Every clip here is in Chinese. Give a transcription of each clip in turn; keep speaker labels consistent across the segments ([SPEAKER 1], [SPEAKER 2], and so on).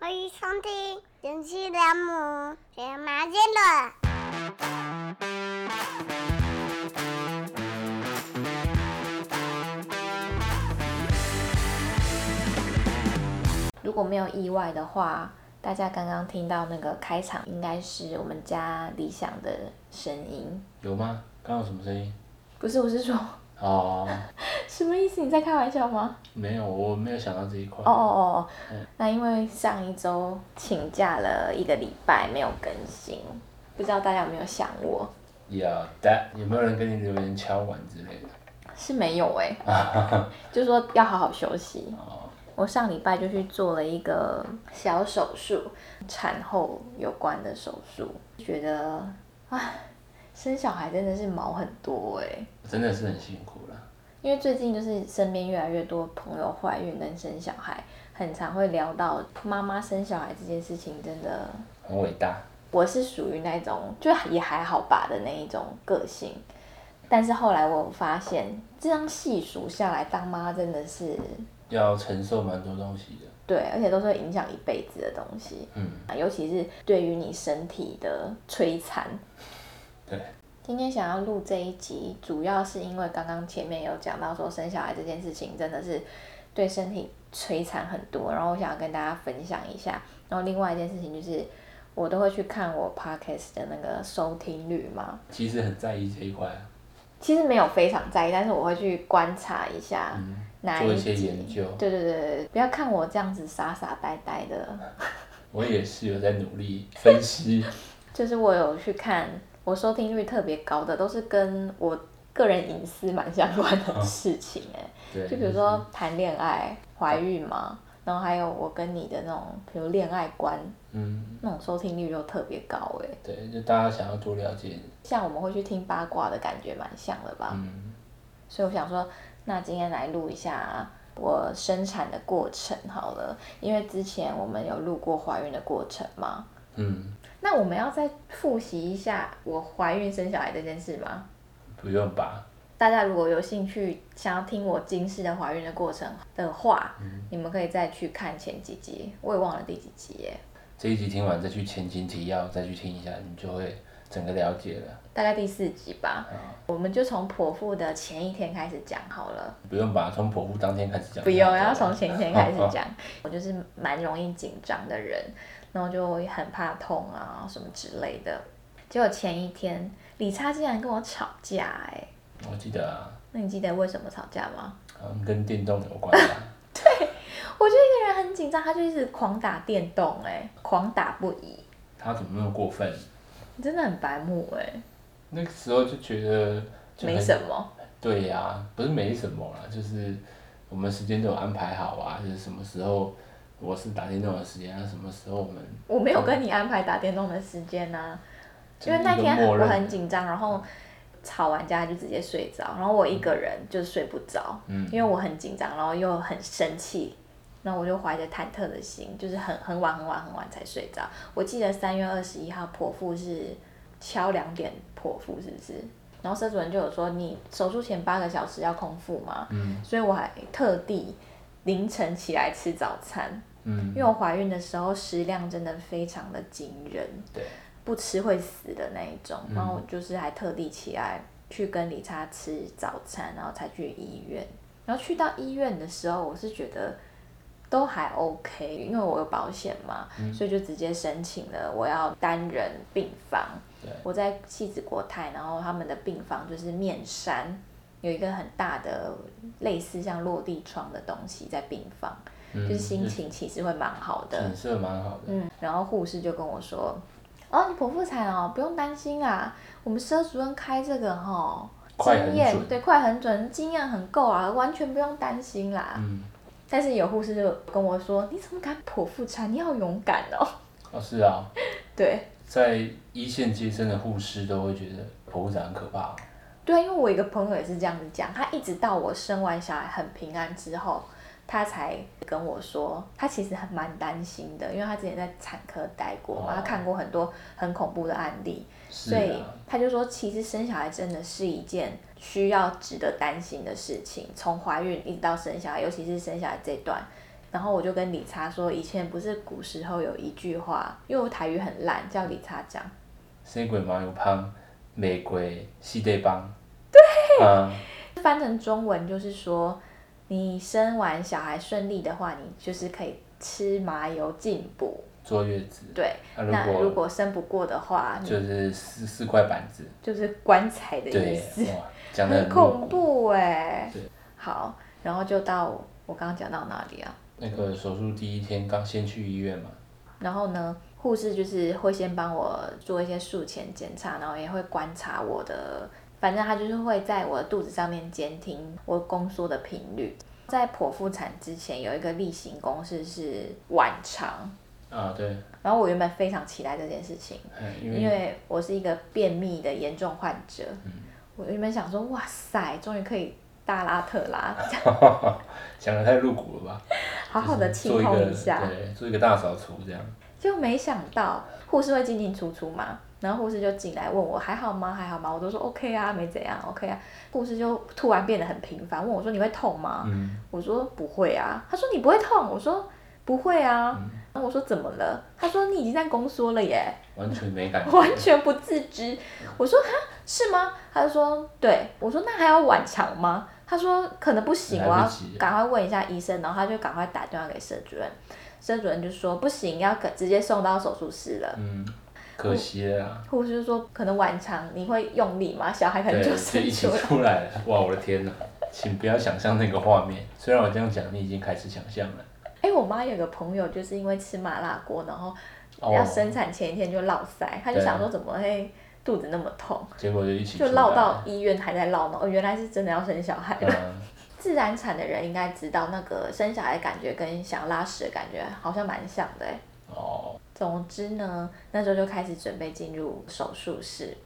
[SPEAKER 1] 去收听《贤妻良母学麻将了》。
[SPEAKER 2] 如果没有意外的话，大家刚刚听到那个开场，应该是我们家理想的声音。
[SPEAKER 3] 有吗？刚刚有什么声音？
[SPEAKER 2] 不是，我是说，
[SPEAKER 3] 哦，
[SPEAKER 2] 什么意思？你在开玩笑吗？
[SPEAKER 3] 没有，我没有想到这一块。
[SPEAKER 2] 哦哦哦哦，那因为上一周请假了一个礼拜没有更新，不知道大家有没有想我？
[SPEAKER 3] 有的，有没有人跟你留言敲碗之类的？
[SPEAKER 2] 是没有哎、就说要好好休息。
[SPEAKER 3] 哦，
[SPEAKER 2] 我上礼拜就去做了一个小手术，产后有关的手术，觉得啊，生小孩真的是毛很多哎、
[SPEAKER 3] 真的是很辛苦了。
[SPEAKER 2] 因为最近就是身边越来越多朋友怀孕跟生小孩，很常会聊到妈妈生小孩这件事情，真的
[SPEAKER 3] 很伟大。
[SPEAKER 2] 我是属于那种就也还好吧的那一种个性，但是后来我有发现，这样细数下来，当妈真的是
[SPEAKER 3] 要承受蛮多东西的，
[SPEAKER 2] 对，而且都是会影响一辈子的东西，
[SPEAKER 3] 嗯，
[SPEAKER 2] 啊尤其是对于你身体的摧残。
[SPEAKER 3] 对，
[SPEAKER 2] 今天想要录这一集，主要是因为刚刚前面有讲到说生小孩这件事情真的是对身体摧残很多，然后我想要跟大家分享一下。然后另外一件事情就是，我都会去看我 podcast 的那个收听率嘛，
[SPEAKER 3] 其实很在意这一块啊，
[SPEAKER 2] 其实没有非常在意，但是我会去观察一下
[SPEAKER 3] 嗯，
[SPEAKER 2] 哪
[SPEAKER 3] 做
[SPEAKER 2] 一
[SPEAKER 3] 一些
[SPEAKER 2] 集
[SPEAKER 3] 研究
[SPEAKER 2] 对对对对，对不要看我这样子傻傻呆呆的，
[SPEAKER 3] 我也是有在努力分 析。
[SPEAKER 2] 就是我有去看，我收听率特别高的都是跟我个人隐私蛮相关的事情哎、
[SPEAKER 3] 嗯对，嗯
[SPEAKER 2] 就比如说谈恋爱、怀孕嘛，然后还有我跟你的那种，比如恋爱观
[SPEAKER 3] 就是，嗯，
[SPEAKER 2] 那种收听率都特别高哎、
[SPEAKER 3] 对，就大家想要多了解，
[SPEAKER 2] 像我们会去听八卦的感觉蛮像的吧，
[SPEAKER 3] 嗯，
[SPEAKER 2] 所以我想说，那今天来录一下我生产的过程好了，因为之前我们有录过怀孕的过程嘛，
[SPEAKER 3] 嗯，
[SPEAKER 2] 那我们要再复习一下我怀孕生小孩这件事吗？
[SPEAKER 3] 不用吧，
[SPEAKER 2] 大家如果有兴趣想要听我今世的怀孕的过程的话，你们可以再去看前几集，我也忘了第几集耶，
[SPEAKER 3] 这一集听完再去前情提要再去听一下，你就会整个了解了。
[SPEAKER 2] 大概第四集吧。
[SPEAKER 3] 啊
[SPEAKER 2] 我们就从剖腹的前一天开始讲好了，
[SPEAKER 3] 不用吧，从剖腹当天开始讲。
[SPEAKER 2] 不用要从前一天开始讲。我就是蛮容易紧张的人，然后就会很怕痛啊什么之类的。结果前一天，李差竟然跟我吵架哎，
[SPEAKER 3] 我记得啊，
[SPEAKER 2] 那你记得为什么吵架吗？
[SPEAKER 3] 好像嗯跟电动有关啊吧。
[SPEAKER 2] 我就一个人很紧张，他就一直狂打电动、哎，狂打不已，
[SPEAKER 3] 他怎么那么过分？
[SPEAKER 2] 你真的很白目哎、
[SPEAKER 3] 那个时候就觉得就很
[SPEAKER 2] 没什么，
[SPEAKER 3] 对呀、不是没什么啦，就是我们时间都有安排好啊，就是什么时候我是打电动的时间啊，什么时候我们
[SPEAKER 2] 我没有跟你安排打电动的时间呐、
[SPEAKER 3] 就
[SPEAKER 2] 因
[SPEAKER 3] 是
[SPEAKER 2] 为那
[SPEAKER 3] 一个
[SPEAKER 2] 天
[SPEAKER 3] 默
[SPEAKER 2] 我
[SPEAKER 3] 认
[SPEAKER 2] 很紧张，然后吵完架就直接睡着，然后我一个人就睡不着，
[SPEAKER 3] 嗯
[SPEAKER 2] 因为我很紧张，然后又很生气，然后我就怀着忐忑的心，就是很很晚很晚很晚才睡着。我记得三月二十一号剖腹是敲两点剖腹，是不是？然后社主任就有说，你手术前八个小时要空腹嘛，
[SPEAKER 3] 嗯
[SPEAKER 2] 所以我还特地凌晨起来吃早餐，因
[SPEAKER 3] 嗯
[SPEAKER 2] 为我怀孕的时候食量真的非常的惊人，
[SPEAKER 3] 对，
[SPEAKER 2] 不吃会死的那一种。然后我就是还特地起来去跟李查吃早餐，然后才去医院。然后去到医院的时候，我是觉得都还 OK，因为我有保险嘛，所以就直接申请了我要单人病房。
[SPEAKER 3] 对
[SPEAKER 2] 我在戏子国泰，然后他们的病房就是面山。有一个很大的类似像落地窗的东西在病房，
[SPEAKER 3] 嗯
[SPEAKER 2] 就是心情其实会蛮好的。
[SPEAKER 3] 景色蛮好的，
[SPEAKER 2] 嗯，然后护士就跟我说：“哦，你剖腹产哦，不用担心啦，我们佘主任开这个哈、
[SPEAKER 3] 快很
[SPEAKER 2] 经验
[SPEAKER 3] 准
[SPEAKER 2] 对，快很准，经验很够啊，完全不用担心啦。
[SPEAKER 3] 嗯，
[SPEAKER 2] 但是有护士就跟我说：“你怎么敢剖腹产？你好勇敢哦。
[SPEAKER 3] 哦是啊，”
[SPEAKER 2] 对
[SPEAKER 3] 在一线接生的护士都会觉得剖腹产很可怕哦，
[SPEAKER 2] 对，啊因为我有一个朋友也是这样子讲，他一直到我生完小孩很平安之后，他才跟我说，他其实还蛮担心的，因为他之前在产科待过嘛，
[SPEAKER 3] 哦
[SPEAKER 2] 他看过很多很恐怖的案例。
[SPEAKER 3] 是
[SPEAKER 2] 所以
[SPEAKER 3] 啊，
[SPEAKER 2] 他就说，其实生小孩真的是一件需要值得担心的事情，从怀孕一直到生小孩，尤其是生小孩这段，然后我就跟理查说，以前不是古时候有一句话，因为我台语很烂，叫理查讲，
[SPEAKER 3] 生鬼麻油胖，玫瑰系对帮。对。啊，
[SPEAKER 2] 翻成中文就是说，你生完小孩顺利的话，你就是可以吃麻油进补。
[SPEAKER 3] 坐月子
[SPEAKER 2] 对，
[SPEAKER 3] 啊如
[SPEAKER 2] 那
[SPEAKER 3] 果
[SPEAKER 2] 如果生不过的话，你
[SPEAKER 3] 就是四四块板子。
[SPEAKER 2] 就是棺材的意
[SPEAKER 3] 对
[SPEAKER 2] 思，，
[SPEAKER 3] 哇，讲的
[SPEAKER 2] 很恐。怖哎、
[SPEAKER 3] 对
[SPEAKER 2] 好，然后就到我我刚刚讲到哪里啊？
[SPEAKER 3] 那个手术第一天刚先去医院嘛，
[SPEAKER 2] 然后呢，护士就是会先帮我做一些术前检查，然后也会观察我的，反正他就是会在我的肚子上面监听我宫缩的频率。在剖腹产之前有一个例行公事是晚肠，
[SPEAKER 3] 啊对，
[SPEAKER 2] 然后我原本非常期待这件事情，
[SPEAKER 3] 哎因
[SPEAKER 2] 因
[SPEAKER 3] 为
[SPEAKER 2] 为我是一个便秘的严重患者，
[SPEAKER 3] 嗯
[SPEAKER 2] 我原本想说哇塞，终于可以大拉特拉，
[SPEAKER 3] 啊讲的太露骨了吧，
[SPEAKER 2] 好好的
[SPEAKER 3] 就是
[SPEAKER 2] 清
[SPEAKER 3] 做一
[SPEAKER 2] 空
[SPEAKER 3] 个
[SPEAKER 2] 一下。
[SPEAKER 3] 对，做一个大扫除这样。
[SPEAKER 2] 就没想到护士会进进出出嘛，然后护士就进来问我还好吗？还好吗？我都说 OK 啊，没怎样，OK 啊。护士就突然变得很频繁，问我说你会痛吗？
[SPEAKER 3] 嗯，
[SPEAKER 2] 我说不会啊。他说你不会痛？我说不会啊。然后我说怎么了？他说你已经在宫缩了耶，
[SPEAKER 3] 完全没感 觉。
[SPEAKER 2] 完全不自知。我说哈是吗？他就说对。我说那还要晚肠吗？他说可能不行，我
[SPEAKER 3] 来
[SPEAKER 2] 要
[SPEAKER 3] 不及
[SPEAKER 2] 赶快问一下医生，然后他就赶快打电话给社主任。社主任就说不行，要给直接送到手术室了。
[SPEAKER 3] 嗯，可惜了啊。
[SPEAKER 2] 护士就说可能晚肠你会用力吗？小孩可能就
[SPEAKER 3] 对，就
[SPEAKER 2] 生
[SPEAKER 3] 一起
[SPEAKER 2] 出来。
[SPEAKER 3] 出来了。哇，我的天哪！请不要想象那个画面。虽然我这样讲，你已经开始想象了。
[SPEAKER 2] 哎、我妈有个朋友就是因为吃麻辣锅，然后
[SPEAKER 3] 哦
[SPEAKER 2] 要生产前一天就落塞，她就
[SPEAKER 3] 对
[SPEAKER 2] 想说怎么会肚子那么痛，
[SPEAKER 3] 结果就一起
[SPEAKER 2] 就
[SPEAKER 3] 出
[SPEAKER 2] 落
[SPEAKER 3] 来
[SPEAKER 2] 到
[SPEAKER 3] 了。
[SPEAKER 2] 医院还在落呢。哦，原来是真的要生小孩了。
[SPEAKER 3] 嗯，
[SPEAKER 2] 自然产的人应该知道，那个生小孩的感觉跟想拉屎的感觉好像蛮像的、欸。
[SPEAKER 3] 哦，
[SPEAKER 2] 总之呢，那时候就开始准备进入手术室。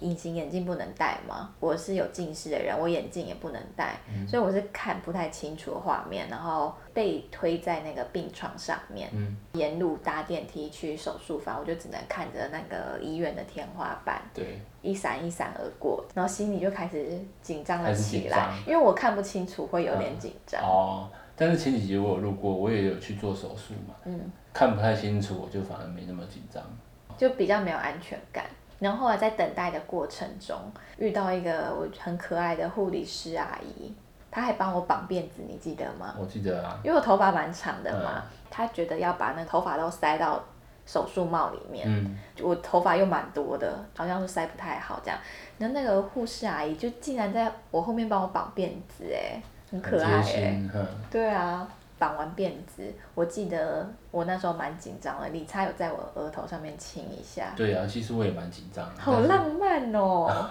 [SPEAKER 2] 隐形眼镜不能戴嘛，我是有近视的人，我眼镜也不能戴，所以我是看不太清楚画面，然后被推在那个病床上面，
[SPEAKER 3] 嗯
[SPEAKER 2] 沿路搭电梯去手术房，我就只能看着那个医院的天花板，
[SPEAKER 3] 对，
[SPEAKER 2] 一闪一闪而过，然后心里就开始紧张了
[SPEAKER 3] 开始
[SPEAKER 2] 起
[SPEAKER 3] 紧
[SPEAKER 2] 来
[SPEAKER 3] 张，嗯
[SPEAKER 2] 因为我看不清楚，会有点紧张。
[SPEAKER 3] 哦。但是前几集我有录过，我也有去做手术嘛，
[SPEAKER 2] 嗯，
[SPEAKER 3] 看不太清楚，我就反而没那么紧张。
[SPEAKER 2] 就比较没有安全感。然后后来在等待的过程中，遇到一个我很可爱的护理师阿姨，她还帮我绑辫子，你记得吗？
[SPEAKER 3] 我记得啊，
[SPEAKER 2] 因为我头发蛮长的嘛，
[SPEAKER 3] 嗯
[SPEAKER 2] 她觉得要把那头发都塞到手术帽里面，
[SPEAKER 3] 嗯，
[SPEAKER 2] 我头发又蛮多的，好像是塞不太好这样。然后那个护士阿姨就竟然在我后面帮我绑辫子、哎，很
[SPEAKER 3] 很
[SPEAKER 2] 可爱、
[SPEAKER 3] 贴
[SPEAKER 2] 哎。
[SPEAKER 3] 心，哼，
[SPEAKER 2] 对啊，绑完辫子，我记得我那时候蛮紧张的，理查有在我额头上面亲一下，
[SPEAKER 3] 对啊，其实我也蛮紧张的。
[SPEAKER 2] 好
[SPEAKER 3] 但是
[SPEAKER 2] 浪漫哦！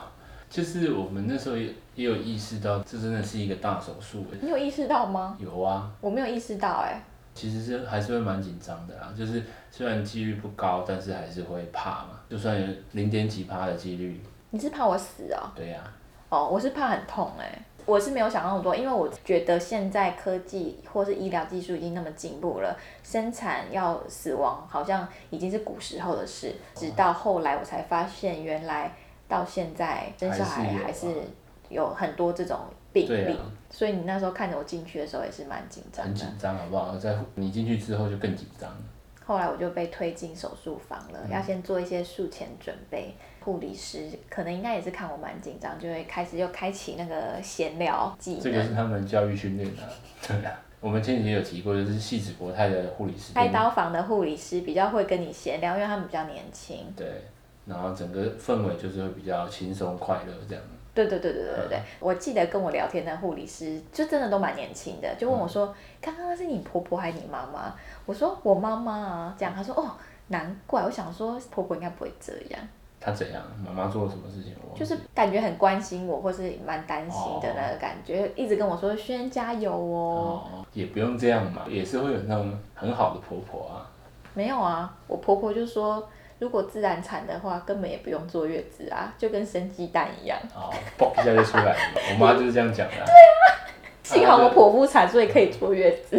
[SPEAKER 3] 就是我们那时候也也有意识到，这真的是一个大手术。
[SPEAKER 2] 你有意识到吗？
[SPEAKER 3] 有啊，
[SPEAKER 2] 我没有意识到哎、
[SPEAKER 3] 其实是还是会蛮紧张的啦。就是虽然几率不高，但是还是会怕嘛。就算有零点几趴的几率，
[SPEAKER 2] 你是怕我死哦？
[SPEAKER 3] 对啊呀、
[SPEAKER 2] 哦，我是怕很痛哎、我是没有想那么多，因为我觉得现在科技或是医疗技术已经那么进步了，生产要死亡好像已经是古时候的事。直到后来我才发现，原来到现在生小孩还
[SPEAKER 3] 还
[SPEAKER 2] 是
[SPEAKER 3] 是有啊
[SPEAKER 2] 有很多这种病
[SPEAKER 3] 对
[SPEAKER 2] 例。
[SPEAKER 3] 啊
[SPEAKER 2] 所以你那时候看着我进去的时候也是蛮紧张
[SPEAKER 3] 很
[SPEAKER 2] 的
[SPEAKER 3] 紧。张，好不好？在你进去之后就更紧张了。
[SPEAKER 2] 后来我就被推进手术房了，
[SPEAKER 3] 嗯
[SPEAKER 2] 要先做一些术前准备。护理师可能应该也是看我蛮紧张，就会开始又开启那个闲聊技能。
[SPEAKER 3] 这个是他们教育训练的、啊，对啊。我们前几天有提过，就是戏子国泰的护理师，
[SPEAKER 2] 开刀房的护理师比较会跟你闲聊，因为他们比较年轻。
[SPEAKER 3] 对，然后整个氛围就是会比较轻松快乐这样。
[SPEAKER 2] 对对对对对对对，我记得跟我聊天的护理师就真的都蛮年轻的，就问我说：“刚刚那是你婆婆还是你妈妈？”我说：“我妈妈啊。”这样他说：“哦，难怪。”我想说婆婆应该不会这样，
[SPEAKER 3] 他怎样？妈妈做了什么事情？我忘记
[SPEAKER 2] 就是感觉很关心我，或是蛮担心的
[SPEAKER 3] 哦
[SPEAKER 2] 那个感觉，一直跟我说：“轩加油哦。
[SPEAKER 3] 哦，也不用这样嘛，也是会有那种很好的婆婆啊。
[SPEAKER 2] 没有啊，我婆婆就说。如果自然产的话，根本也不用坐月子啊，就跟生鸡蛋一样。
[SPEAKER 3] 哦，嘣一下就出来 了。我妈就是这样讲的啊、
[SPEAKER 2] 幸好我
[SPEAKER 3] 对
[SPEAKER 2] 剖腹产，所以可以坐月子。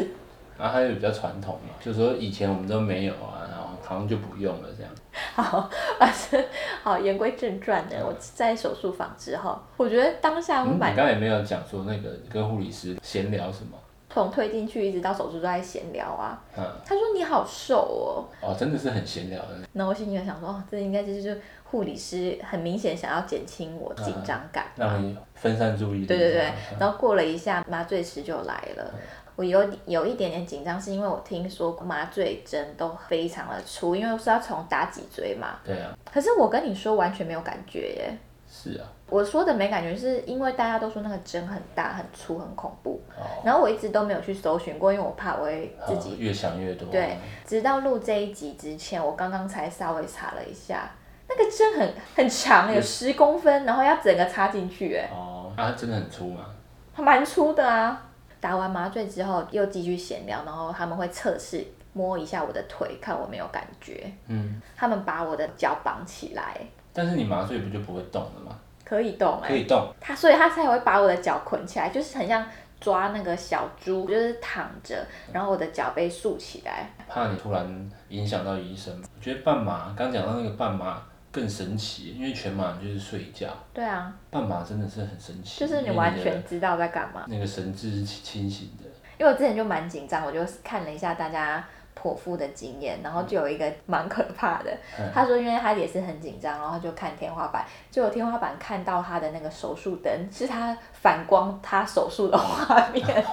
[SPEAKER 3] 然后她就比较传统嘛，就说以前我们都没有啊，然后好像就不用了这样。
[SPEAKER 2] 好，反正好，言归正传呢。我在手术房之后，我觉得当下我
[SPEAKER 3] 嗯，你
[SPEAKER 2] 蛮、
[SPEAKER 3] 刚才也没有讲说那个跟护理师闲聊什么？
[SPEAKER 2] 从推进去一直到手术都在闲聊啊。
[SPEAKER 3] 嗯，
[SPEAKER 2] 他说你好瘦哦，
[SPEAKER 3] 哦，真的是很闲聊的，
[SPEAKER 2] 那我心里就想说，哦，这应该就是就是护理师很明显想要减轻我紧张感吧。
[SPEAKER 3] 让你分散注意力。
[SPEAKER 2] 对对对
[SPEAKER 3] 嗯，
[SPEAKER 2] 然后过了一下，麻醉师就来了。我有有一点点紧张，是因为我听说麻醉针都非常的粗，因为是要从打脊椎嘛。
[SPEAKER 3] 对啊，
[SPEAKER 2] 可是我跟你说完全没有感觉耶。
[SPEAKER 3] 是啊，
[SPEAKER 2] 我说的没感觉，是因为大家都说那个针很大、很粗、很恐怖，
[SPEAKER 3] 哦，
[SPEAKER 2] 然后我一直都没有去搜寻过，因为我怕我会自己
[SPEAKER 3] 嗯越想越多。
[SPEAKER 2] 对，直到录这一集之前，我刚刚才稍微查了一下，那个针很很长，有十公分，然后要整个插进去，哎，
[SPEAKER 3] 哦，啊，真的很粗嘛。
[SPEAKER 2] 还蛮粗的啊。打完麻醉之后又继续闲聊，然后他们会测试摸一下我的腿，看我没有感觉。
[SPEAKER 3] 嗯，
[SPEAKER 2] 他们把我的脚绑起来，
[SPEAKER 3] 但是你麻醉不就不会动了吗？
[SPEAKER 2] 可以动哎、
[SPEAKER 3] 可以动，
[SPEAKER 2] 他所以他才会把我的脚捆起来，就是很像抓那个小猪，就是躺着，然后我的脚被竖起来，
[SPEAKER 3] 怕你突然影响到医生。我觉得半麻，刚讲到那个半麻更神奇，因为全麻你就是睡觉，
[SPEAKER 2] 对啊，
[SPEAKER 3] 半麻真的是很神奇，
[SPEAKER 2] 就是你
[SPEAKER 3] 因为
[SPEAKER 2] 完
[SPEAKER 3] 的
[SPEAKER 2] 全知道在干嘛。
[SPEAKER 3] 那个神志是清清醒的。
[SPEAKER 2] 因为我之前就蛮紧张，我就看了一下大家剖腹的经验，然后就有一个蛮可怕的，
[SPEAKER 3] 嗯
[SPEAKER 2] 他说因为他也是很紧张，然后他就看天花板，结果天花板看到他的那个手术灯是他反光他手术的画面，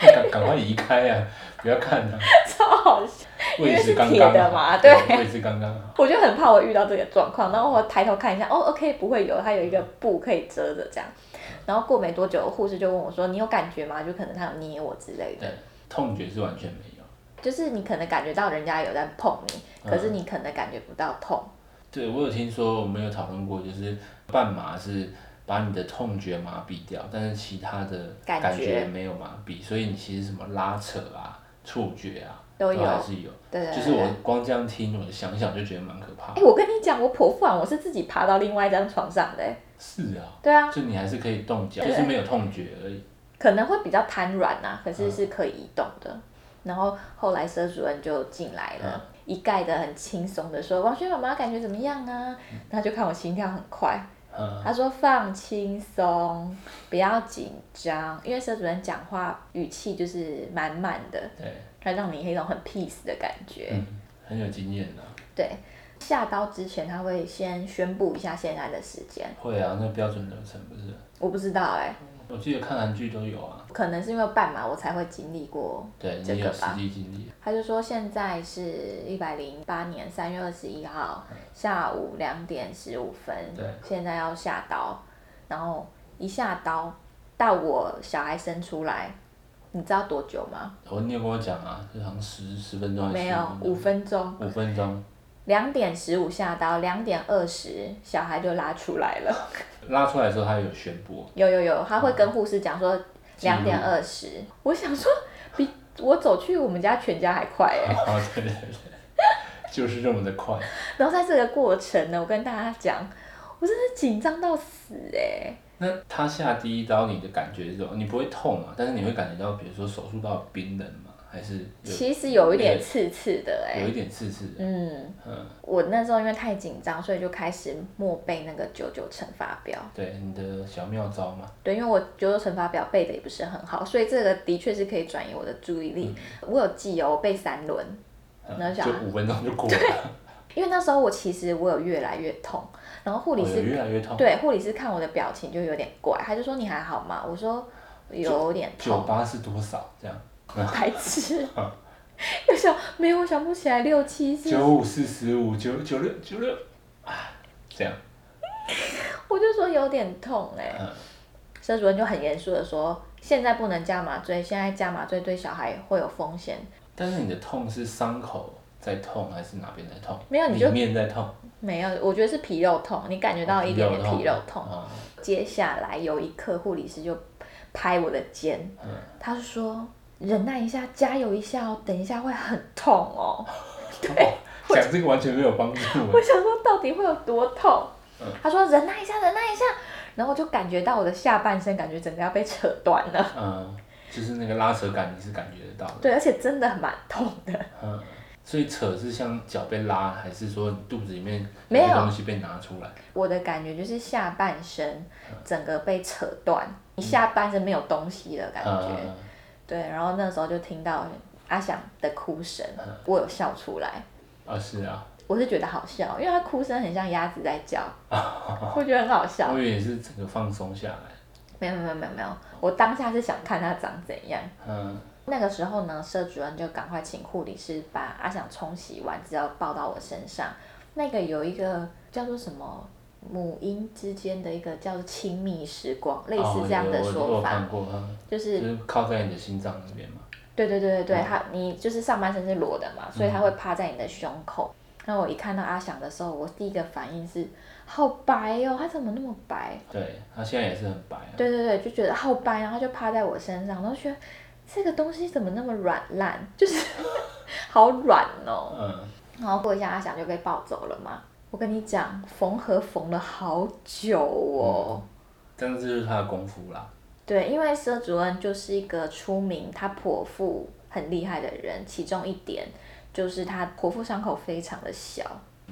[SPEAKER 3] 那赶赶快移开啊！ 不要看啊，
[SPEAKER 2] 超好笑，因
[SPEAKER 3] 位
[SPEAKER 2] 为
[SPEAKER 3] 置
[SPEAKER 2] 是
[SPEAKER 3] 刚
[SPEAKER 2] 铁
[SPEAKER 3] 刚
[SPEAKER 2] 的
[SPEAKER 3] 好，
[SPEAKER 2] 嘛，对。
[SPEAKER 3] 位置刚刚好。
[SPEAKER 2] 我就很怕我遇到这个状况，然后我抬头看一下，哦，OK，不会有，它有一个布可以遮着这样。然后过没多久，护士就问我说：“你有感觉吗？”就可能他有捏我之类的，
[SPEAKER 3] 对，痛觉是完全没有。
[SPEAKER 2] 就是你可能感觉到人家有在碰你，可是你可能感觉不到痛。
[SPEAKER 3] 对我有听说，我们有讨论过，就是半麻是把你的痛觉麻痹掉，但是其他的
[SPEAKER 2] 感
[SPEAKER 3] 感
[SPEAKER 2] 觉
[SPEAKER 3] 觉没有麻痹，所以你其实什么拉扯啊、触觉啊，
[SPEAKER 2] 都有
[SPEAKER 3] 还是有。
[SPEAKER 2] 对对对
[SPEAKER 3] 就是我光这样听，我想想就觉得蛮可怕
[SPEAKER 2] 哎、。我跟你讲，我剖腹完啊我是自己爬到另外一张床上的、哎
[SPEAKER 3] 是啊，
[SPEAKER 2] 对啊，
[SPEAKER 3] 就你还是可以动脚，
[SPEAKER 2] 对
[SPEAKER 3] 就是没有痛觉而已。
[SPEAKER 2] 可能会比较瘫软呐、可是是可以移动的。然后后来佘主任就进来
[SPEAKER 3] 嗯
[SPEAKER 2] 了，一概的很轻松的说：“王轩妈妈感觉怎么样啊？”他就看我心跳很快，
[SPEAKER 3] 嗯，
[SPEAKER 2] 他说放轻松，不要紧张，因为佘主任讲话语气就是满满的，
[SPEAKER 3] 对，
[SPEAKER 2] 他让你有一种很 peace 的感觉。
[SPEAKER 3] 嗯，很有经验啊。
[SPEAKER 2] 对，下刀之前他会先宣布一下现在的时间，
[SPEAKER 3] 会啊，那标准流程不是？
[SPEAKER 2] 我不知道哎、
[SPEAKER 3] 我记得看韩剧都有啊。
[SPEAKER 2] 可能是因为半马我才会经历过
[SPEAKER 3] 对
[SPEAKER 2] 这
[SPEAKER 3] 你
[SPEAKER 2] 个
[SPEAKER 3] 有实
[SPEAKER 2] 吧。
[SPEAKER 3] 际经历，
[SPEAKER 2] 他就说现在是一百零八年三月二十一号下午两点十五分
[SPEAKER 3] 对，
[SPEAKER 2] 现在要下刀，然后一下刀到我小孩生出来，你知道多久吗？
[SPEAKER 3] 我你有跟我讲啊，就好像十十分钟还是
[SPEAKER 2] 没
[SPEAKER 3] 15
[SPEAKER 2] 有，五分钟，
[SPEAKER 3] 五分钟，
[SPEAKER 2] 两点十五下刀，两点二十小孩就拉出来了。
[SPEAKER 3] 拉出来的时候他有宣布，
[SPEAKER 2] 有有有，他会跟护士讲说
[SPEAKER 3] 记录
[SPEAKER 2] 两点二十，我想说比我走去我们家全家还快哎、
[SPEAKER 3] 啊 对对对，就是这么的快，
[SPEAKER 2] 然后在这个过程呢，我跟大家讲，我真的紧张到死哎、
[SPEAKER 3] 那他下第一刀你的感觉是什么？你不会痛嘛？但是你会感觉到，比如说手术刀有冰冷嘛，还是有
[SPEAKER 2] 其实有一点刺刺的哎、
[SPEAKER 3] 有一点刺刺的，
[SPEAKER 2] 嗯，
[SPEAKER 3] 嗯，
[SPEAKER 2] 我那时候因为太紧张，所以就开始默背那个九九乘法表。
[SPEAKER 3] 对，你的小妙招嘛，
[SPEAKER 2] 对，因为我九九乘法表背的也不是很好，所以这个的确是可以转移我的注意力。我有记哦，我背三轮，然后
[SPEAKER 3] 嗯、
[SPEAKER 2] 想
[SPEAKER 3] 就五分钟就过了，
[SPEAKER 2] 因为那时候我其实我有越来越痛，然后护
[SPEAKER 3] 我
[SPEAKER 2] 理
[SPEAKER 3] 哦有
[SPEAKER 2] 师、
[SPEAKER 3] 越来越痛，
[SPEAKER 2] 对护理师看我的表情就有点怪，他就说你还好吗？我说有点
[SPEAKER 3] 九
[SPEAKER 2] 痛，
[SPEAKER 3] 八是多少？这样，
[SPEAKER 2] 白痴。又想没有，我想不起来六七是
[SPEAKER 3] 九五四十五，九九六九六，啊，这样，
[SPEAKER 2] 我就说有点痛哎、欸
[SPEAKER 3] 嗯。
[SPEAKER 2] 佘主任就很严肃的说，现在不能加麻醉，现在加麻醉对小孩会有风险。
[SPEAKER 3] 但是你的痛是伤口在痛，还是哪边在痛？
[SPEAKER 2] 没有你
[SPEAKER 3] 里
[SPEAKER 2] 就
[SPEAKER 3] 面在痛，
[SPEAKER 2] 没有，我觉得是皮肉痛，你感觉到一点点皮肉痛。
[SPEAKER 3] 啊，
[SPEAKER 2] 接下来有一刻，护理师就拍我的肩，
[SPEAKER 3] 嗯
[SPEAKER 2] 他就说忍耐一下，加油一下哦，等一下会很痛哦。对，
[SPEAKER 3] 讲这个完全没有帮助。啊
[SPEAKER 2] 我想说到底会有多痛
[SPEAKER 3] 嗯？
[SPEAKER 2] 他说忍耐一下，忍耐一下，然后我就感觉到我的下半身感觉整个要被扯断了。
[SPEAKER 3] 嗯，就是那个拉扯感，你是感觉得到的。
[SPEAKER 2] 对，而且真的蛮痛的。
[SPEAKER 3] 嗯，所以扯是像脚被拉，还是说你肚子里面
[SPEAKER 2] 没有
[SPEAKER 3] 个东西被拿出来？
[SPEAKER 2] 我的感觉就是下半身整个被扯断，你下半身没有东西的感觉。
[SPEAKER 3] 嗯，
[SPEAKER 2] 对，然后那时候就听到阿翔的哭声，我有笑出来，
[SPEAKER 3] 啊是啊，
[SPEAKER 2] 我是觉得好笑，因为他哭声很像鸭子在叫，我觉得很好笑
[SPEAKER 3] 我。以为是整个放松下来，
[SPEAKER 2] 没有没有没有没有，我当下是想看他长怎样。
[SPEAKER 3] 嗯
[SPEAKER 2] 那个时候呢，社主任就赶快请护理师把阿翔冲洗完之后抱到我身上。那个有一个叫做什么母婴之间的一个叫做亲密时光，类似这样的
[SPEAKER 3] 哦有我我
[SPEAKER 2] 说
[SPEAKER 3] 有
[SPEAKER 2] 法，
[SPEAKER 3] 看过，嗯
[SPEAKER 2] 就是
[SPEAKER 3] 就是靠在你的心脏那边嘛，
[SPEAKER 2] 对对对对对，他你就是上半身是裸的嘛，所以他会趴在你的胸口。
[SPEAKER 3] 嗯
[SPEAKER 2] 那我一看到阿翔的时候，我第一个反应是好白哦，他怎么那么白？
[SPEAKER 3] 对，他现在也是很白、啊，
[SPEAKER 2] 对对对，就觉得好白，然后就趴在我身上，然后觉得这个东西怎么那么软烂，就是 好软哦。
[SPEAKER 3] 嗯，
[SPEAKER 2] 然后过一下，阿翔就被抱走了嘛。我跟你讲，缝合缝了好久哦。
[SPEAKER 3] 嗯但是这就是他的功夫啦，
[SPEAKER 2] 对，因为佘主任就是一个出名他剖腹很厉害的人，其中一点就是他剖腹伤口非常的小。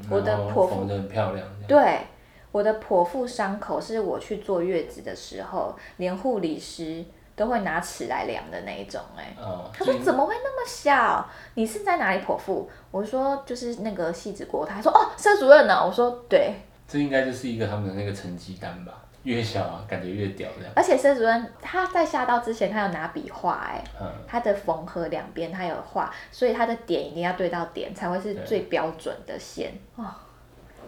[SPEAKER 2] 我的
[SPEAKER 3] 嗯然后
[SPEAKER 2] 剖腹
[SPEAKER 3] 缝得很漂亮，这样
[SPEAKER 2] 对，我的剖腹伤口是我去坐月子的时候，连护理师都会拿尺来量的那一种、哎。
[SPEAKER 3] 哦，
[SPEAKER 2] 他说
[SPEAKER 3] 就
[SPEAKER 2] 怎么会那么小？你是在哪里剖腹？我说就是那个细子锅，他说哦，佘主任呢、我说对，
[SPEAKER 3] 这应该就是一个他们的那个成绩单吧，越小啊感觉越屌这样，
[SPEAKER 2] 而且佘主任他在下刀之前，他有拿笔画、哎，
[SPEAKER 3] 嗯，
[SPEAKER 2] 它的缝合两边它有画，所以它的点一定要对到点，才会是
[SPEAKER 3] 对
[SPEAKER 2] 最标准的线。哦，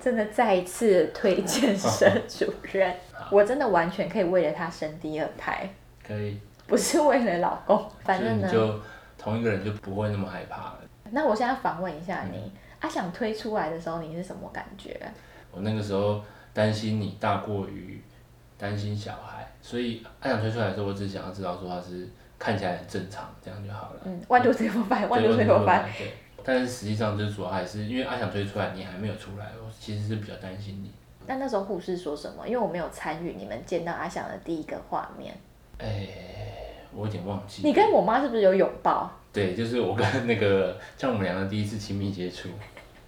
[SPEAKER 2] 真的再一次推荐沈主 任，我真的完全可以为了他生第二胎，
[SPEAKER 3] 可以，
[SPEAKER 2] 不是为了老公。反正
[SPEAKER 3] 就
[SPEAKER 2] 呢
[SPEAKER 3] 你，就同一个人就不会那么害怕了。
[SPEAKER 2] 那我现在访问一下你，阿、想推出来的时候你是什么感觉？
[SPEAKER 3] 我那个时候担心你大过于担心小孩，所以阿想推出来的时候，我只想要知道说他是看起来很正常，这样就好了。
[SPEAKER 2] 嗯，万六随风翻，万六随
[SPEAKER 3] 对
[SPEAKER 2] 风翻。。
[SPEAKER 3] 对，但是实际上就是主要还是因为阿想推出来，你还没有出来，我其实是比较担心你。
[SPEAKER 2] 那那时候护士说什么？因为我没有参与你们见到阿想的第一个画面，
[SPEAKER 3] 哎、我有点忘记。
[SPEAKER 2] 你跟我妈是不是有拥抱？
[SPEAKER 3] 对，就是我跟那个像我们两个第一次亲密接触，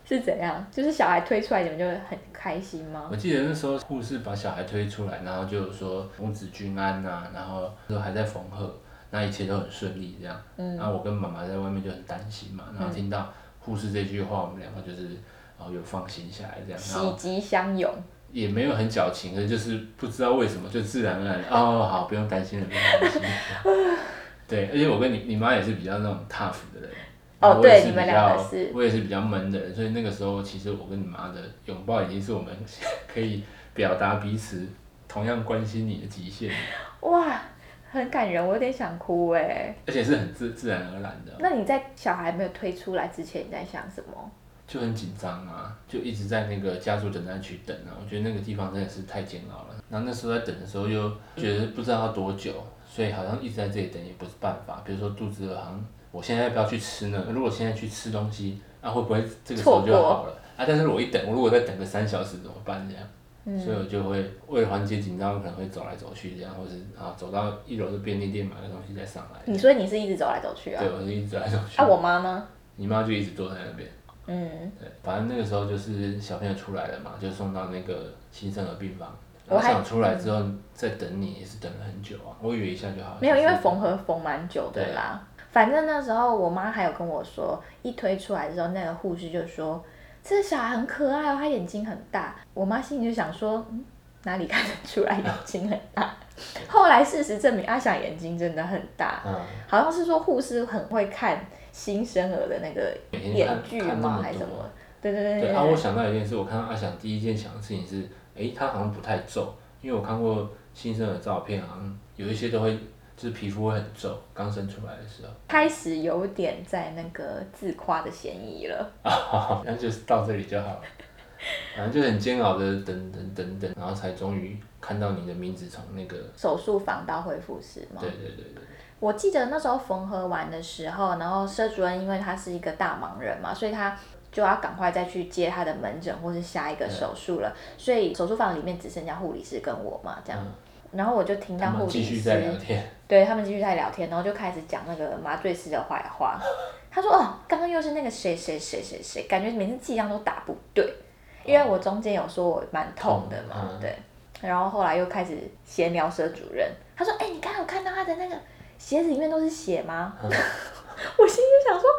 [SPEAKER 2] 是怎样？就是小孩推出来，你们就会很开心吗？
[SPEAKER 3] 我记得那时候护士把小孩推出来，然后就有说母子均安呐、然后都还在缝合，那一切都很顺利这样。然后我跟妈妈在外面就很担心嘛，然后听到护士这句话，我们两个就是哦有放心下来这样，然
[SPEAKER 2] 喜
[SPEAKER 3] 后
[SPEAKER 2] 极相拥，
[SPEAKER 3] 也没有很矫情，可是就是不知道为什么就自然而然哦好不用担心了，不用 担心。对，而且我跟你你妈也是比较那种 tough 的人。
[SPEAKER 2] 哦
[SPEAKER 3] 然后我也
[SPEAKER 2] 对
[SPEAKER 3] 是
[SPEAKER 2] 你们
[SPEAKER 3] 比
[SPEAKER 2] 两个
[SPEAKER 3] 较
[SPEAKER 2] 是
[SPEAKER 3] 我也是比较闷的人，所以那个时候其实我跟你妈的拥抱已经是我们 可以表达彼此同样关心你的极限，
[SPEAKER 2] 哇，很感人，我有点想哭哎。
[SPEAKER 3] 而且是很自自然而然的，
[SPEAKER 2] 那你在小孩没有推出来之前，你在想什么？
[SPEAKER 3] 就很紧张啊，就一直在那个家属诊断区等啊，我觉得那个地方真的是太煎熬了。然后那时候在等的时候又觉得不知道要多久，所以好像一直在这里等也不是办法。比如说肚子饿，好像我现在要不要去吃呢？如果现在去吃东西，啊会不会这个时候就
[SPEAKER 2] 错过
[SPEAKER 3] 好了？啊，但是我一等，我如果再等个三小时怎么办？这样。
[SPEAKER 2] 嗯
[SPEAKER 3] 所以我就会为了缓解紧张，我可能会走来走去这样，或是啊走到一楼的便利店买个东西再上来。
[SPEAKER 2] 你说你是一直走来走去啊
[SPEAKER 3] 对，？我是一直走来走去。
[SPEAKER 2] 啊，我妈呢？
[SPEAKER 3] 你妈就一直坐在那边。
[SPEAKER 2] 嗯，
[SPEAKER 3] 对，反正那个时候就是小朋友出来了嘛，就送到那个新生儿病房。
[SPEAKER 2] 我
[SPEAKER 3] 我
[SPEAKER 2] 还
[SPEAKER 3] 想出来之后再等你，也是等了很久啊。我以为一下就好。
[SPEAKER 2] 没有，
[SPEAKER 3] 其
[SPEAKER 2] 因
[SPEAKER 3] 实
[SPEAKER 2] 为缝合缝蛮久的啦。反正那时候我妈还有跟我说，一推出来之后，那个护士就说：“这个小孩很可爱哦，他眼睛很大。”我妈心里就想说：“嗯，哪里看得出来眼睛很大？” 后来事实证明，阿翔眼睛真的很大。
[SPEAKER 3] 嗯，
[SPEAKER 2] 好像是说护士很会看新生儿的那个
[SPEAKER 3] 每天
[SPEAKER 2] 眼
[SPEAKER 3] 看
[SPEAKER 2] 距
[SPEAKER 3] 看那
[SPEAKER 2] 吗？
[SPEAKER 3] 么
[SPEAKER 2] 还是什
[SPEAKER 3] 多
[SPEAKER 2] 么？对对对
[SPEAKER 3] 对
[SPEAKER 2] 对
[SPEAKER 3] 啊，我
[SPEAKER 2] 对，
[SPEAKER 3] 想到一件事，我看到阿翔第一件想的事情是，诶，他好像不太皱，因为我看过新生儿的照片，好像有一些都会就是皮肤会很皱，刚生出来的时候。
[SPEAKER 2] 开始有点在那个自夸的嫌疑了。
[SPEAKER 3] 啊，那就是到这里就好了。反正就很煎熬的等等等等，然后才终于看到你的名字从那个，
[SPEAKER 2] 手术房到恢复室吗？
[SPEAKER 3] 对对对对，
[SPEAKER 2] 我记得那时候缝合完的时候，然后佘主任因为他是一个大忙人嘛，所以他就要赶快再去接他的门诊或是下一个手术
[SPEAKER 3] 嗯
[SPEAKER 2] 了，所以手术房里面只剩下护理师跟我嘛，这样。然后我就听到
[SPEAKER 3] 他
[SPEAKER 2] 护
[SPEAKER 3] 们
[SPEAKER 2] 理师
[SPEAKER 3] 继续在聊天。
[SPEAKER 2] 对他们继续在聊天，然后就开始讲那个麻醉师的坏话。他说：“哦，刚刚又是那个谁谁谁谁谁，感觉每次剂量都打不对，因为我中间有说我蛮痛的嘛，
[SPEAKER 3] 嗯嗯
[SPEAKER 2] 对。然后后来又开始闲聊佘主任，他说：‘哎、你刚刚有看到他的那个鞋子里面都是血吗？
[SPEAKER 3] 嗯
[SPEAKER 2] 我心里就想说，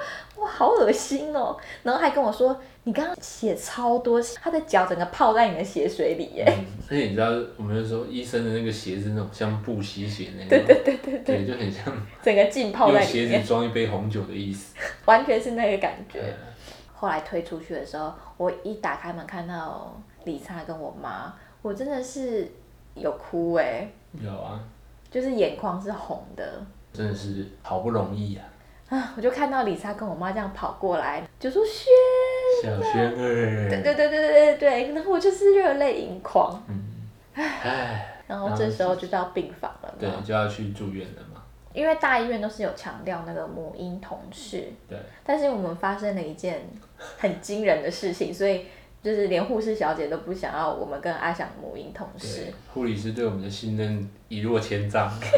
[SPEAKER 2] 哇，好恶心哦！然后还跟我说，你刚刚血超多，他的脚整个泡在你的血水里耶。
[SPEAKER 3] 嗯而且你知道，我们就说医生的那个鞋是那种像布吸鞋那种，对对对对对，就很像
[SPEAKER 2] 整个浸泡
[SPEAKER 3] 用
[SPEAKER 2] 在里
[SPEAKER 3] 鞋
[SPEAKER 2] 面
[SPEAKER 3] 子，装一杯红酒的意思。
[SPEAKER 2] 完全是那个感觉。
[SPEAKER 3] 对，
[SPEAKER 2] 后来推出去的时候，我一打开门看到李莎跟我妈，我真的是有哭哎、
[SPEAKER 3] 有啊，
[SPEAKER 2] 就是眼眶是红的
[SPEAKER 3] 真的是好不容易啊，
[SPEAKER 2] 啊！我就看到李莎跟我妈这样跑过来，就说轩，
[SPEAKER 3] 小轩
[SPEAKER 2] 对
[SPEAKER 3] 儿，
[SPEAKER 2] 对对对对对对，然后我就是热泪盈眶，
[SPEAKER 3] 唉，
[SPEAKER 2] 然后这时候就到病房了
[SPEAKER 3] 对
[SPEAKER 2] 嘛，，
[SPEAKER 3] 就要去住院了嘛，
[SPEAKER 2] 因为大医院都是有强调那个母婴同室，
[SPEAKER 3] 对，
[SPEAKER 2] 但是我们发生了一件很惊人的事情，所以就是连护士小姐都不想要我们跟阿翔母婴同室
[SPEAKER 3] 对。，护理师对我们的信任一落千丈。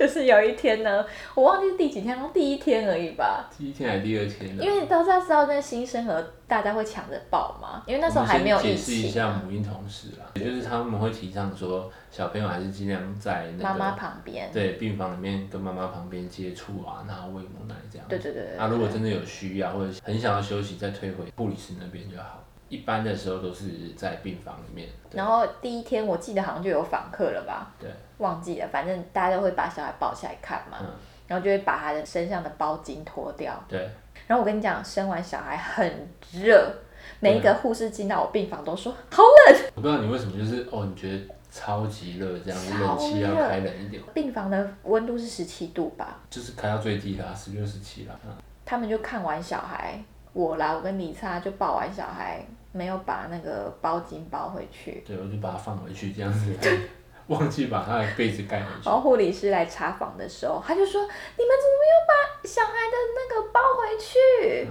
[SPEAKER 2] 就是有一天呢，我忘记是第几天，好像第一天而已吧。
[SPEAKER 3] 第一天还是第二天呢？
[SPEAKER 2] 因为你到那时候，那新生儿大家会抢着抱嘛，因为那时候还没有
[SPEAKER 3] 我们
[SPEAKER 2] 疫
[SPEAKER 3] 先解释一
[SPEAKER 2] 情
[SPEAKER 3] 下
[SPEAKER 2] 啊，
[SPEAKER 3] 母婴同室啦，也就是他们会提倡说，小朋友还是尽量在那
[SPEAKER 2] 妈
[SPEAKER 3] 个
[SPEAKER 2] 妈旁边，
[SPEAKER 3] 对病房里面跟妈妈旁边接触啊，然后喂母奶这样。
[SPEAKER 2] 对对对对
[SPEAKER 3] 啊，如果真的有需要或者很想要休息，再退回护理师那边就好。一般的时候都是在病房里面。对
[SPEAKER 2] 然后第一天我记得好像就有访客了吧，
[SPEAKER 3] 对，
[SPEAKER 2] 忘记了，反正大家都会把小孩抱起来看嘛，
[SPEAKER 3] 嗯
[SPEAKER 2] 然后就会把他的身上的包巾脱掉。
[SPEAKER 3] 对，
[SPEAKER 2] 然后我跟你讲，生完小孩很热，每一个护士进到我病房都说好啊冷，
[SPEAKER 3] 我不知道你为什么就是哦，你觉得超级热这样，
[SPEAKER 2] 超
[SPEAKER 3] 冷气要
[SPEAKER 2] 热
[SPEAKER 3] 开冷一点，
[SPEAKER 2] 病房的温度是十七度吧，
[SPEAKER 3] 就是开到最低啦，十六十七啦。嗯
[SPEAKER 2] 他们就看完小孩，我啦，我跟李莎就抱完小孩，没有把那个包巾包回去，
[SPEAKER 3] 对，我就把它放回去这 样子，忘记把它的被子盖回去
[SPEAKER 2] 然。后护理师来查房的时候，他就说：“你们怎么没有把小孩的那个包回去？”